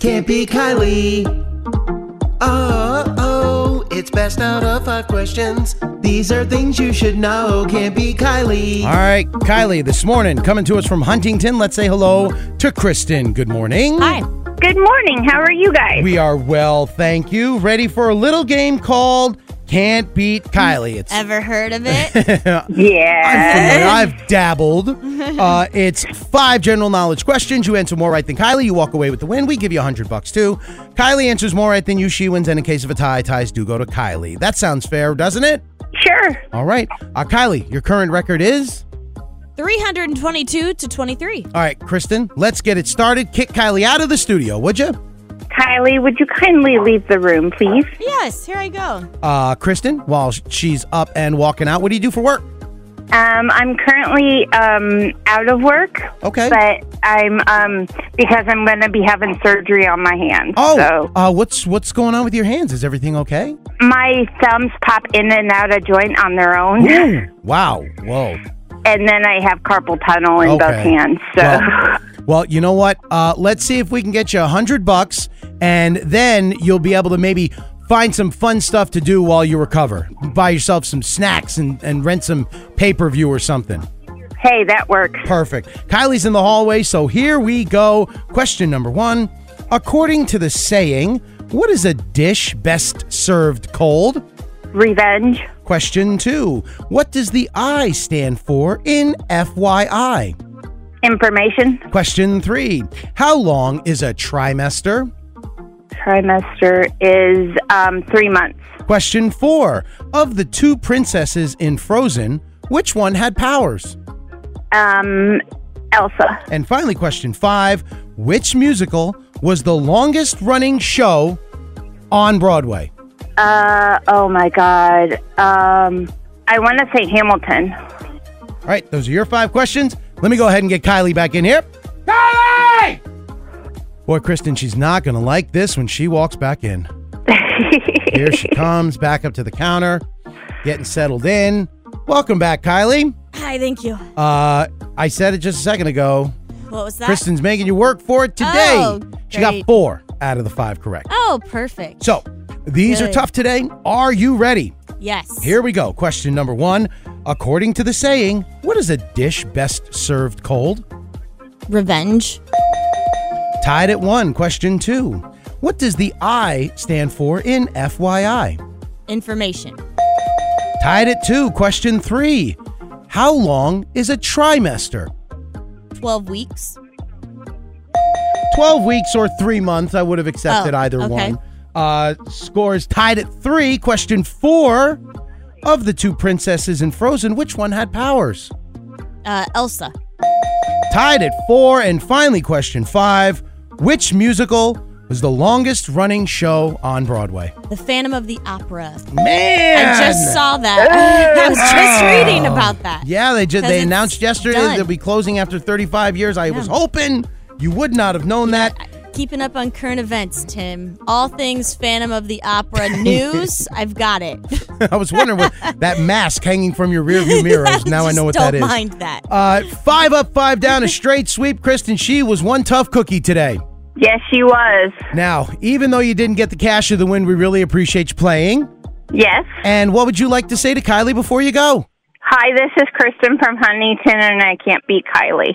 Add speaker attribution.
Speaker 1: Can't be Kylie. Oh, oh, it's best out of five questions. These are things you should know. Can't be Kylie.
Speaker 2: All right, Kylie, this morning coming to us from Huntington. Let's say hello to Kristen. Good morning.
Speaker 3: Hi.
Speaker 4: Good morning. How are you guys?
Speaker 2: We are well, thank you. Ready for a little game called Can't Beat Kylie. It's
Speaker 3: Ever heard of it?
Speaker 2: I'm
Speaker 4: yeah.
Speaker 2: familiar. I've dabbled. Uh, it's five general knowledge questions. You answer more right than Kylie, you walk away with the win. We give you a hundred bucks too. Kylie answers more right than you. She wins. And in case of a tie, ties do go to Kylie. That sounds fair, doesn't it?
Speaker 4: Sure.
Speaker 2: All right, uh, Kylie, your current record is.
Speaker 3: 322 to 23.
Speaker 2: All right, Kristen, let's get it started. Kick Kylie out of the studio, would you?
Speaker 4: Kylie, would you kindly leave the room, please?
Speaker 3: Yes, here I go.
Speaker 2: Uh, Kristen, while sh- she's up and walking out, what do you do for work?
Speaker 4: Um, I'm currently um, out of work,
Speaker 2: Okay.
Speaker 4: but I'm um, because I'm going to be having surgery on my hand.
Speaker 2: Oh,
Speaker 4: So
Speaker 2: uh, what's what's going on with your hands? Is everything okay?
Speaker 4: my thumbs pop in and out of joint on their own,
Speaker 2: Wow. Whoa.
Speaker 4: and then I have carpal tunnel in both
Speaker 2: Okay.
Speaker 4: hands. So.
Speaker 2: Well, well, you know what? Uh, let's see if we can get you a hundred bucks, and then you'll be able to maybe find some fun stuff to do while you recover. Buy yourself some snacks and, and rent some pay per view or something.
Speaker 4: Hey, that works.
Speaker 2: Perfect. Kylie's in the hallway, so here we go. Question number one. According to the saying, what is a dish best served cold?
Speaker 4: Revenge.
Speaker 2: Question two. What does the I stand for in FYI?
Speaker 4: Information.
Speaker 2: Question three. How long is a trimester?
Speaker 4: Trimester is um, three months.
Speaker 2: Question four. Of the two princesses in Frozen, which one had powers?
Speaker 4: Um, Elsa.
Speaker 2: And finally, question five. Which musical was the longest running show on Broadway?
Speaker 4: Uh, oh my God. Um, I want to say Hamilton.
Speaker 2: All right, those are your five questions. Let me go ahead and get Kylie back in here. Kylie! Boy, Kristen, she's not going to like this when she walks back in. Here she comes, back up to the counter, getting settled in. Welcome back, Kylie.
Speaker 3: Hi, thank you.
Speaker 2: Uh, I said it just a second ago.
Speaker 3: What was that?
Speaker 2: Kristen's making you work for it today.
Speaker 3: Oh,
Speaker 2: she got
Speaker 3: great.
Speaker 2: four out of the five correct.
Speaker 3: Oh, perfect.
Speaker 2: So, these are
Speaker 3: Good.
Speaker 2: tough today. Are you ready?
Speaker 3: Yes.
Speaker 2: Here we go. Question number one. According to the saying, what is a dish best served cold?
Speaker 3: Revenge.
Speaker 2: Tied at one. Question two. What does the I stand for in FYI?
Speaker 3: Information.
Speaker 2: Tied at two. Question three. How long is a trimester?
Speaker 3: 12 weeks.
Speaker 2: 12 weeks or three months. I would have accepted
Speaker 3: Oh,
Speaker 2: either
Speaker 3: okay.
Speaker 2: one. Uh, scores tied at three. Question four. Of the two princesses in Frozen, which one had powers?
Speaker 3: Uh, Elsa.
Speaker 2: Tied at four. And finally, question five. Which musical was the longest running show on Broadway?
Speaker 3: The Phantom of the Opera.
Speaker 2: Man!
Speaker 3: I just saw that. I was just reading about that.
Speaker 2: Oh. Yeah, they just
Speaker 3: 'Cause
Speaker 2: they
Speaker 3: it's
Speaker 2: announced yesterday
Speaker 3: done.
Speaker 2: they'll be closing after 35 years. I was hoping you would not have known that.
Speaker 3: Keeping up on current events, Tim. All things Phantom of the Opera news. I've got it.
Speaker 2: I was wondering what that mask hanging from your rearview mirror. is. now I
Speaker 3: Just
Speaker 2: know what
Speaker 3: don't
Speaker 2: that is.
Speaker 3: mind that.
Speaker 2: Uh, five up, five down, a straight sweep. Kristen, she was one tough cookie today.
Speaker 4: Yes, she was.
Speaker 2: Now, even though you didn't get the cash of the win, we really appreciate you playing.
Speaker 4: Yes.
Speaker 2: And what would you like to say to Kylie before you go?
Speaker 4: Hi, this is Kristen from Huntington, and I can't beat Kylie.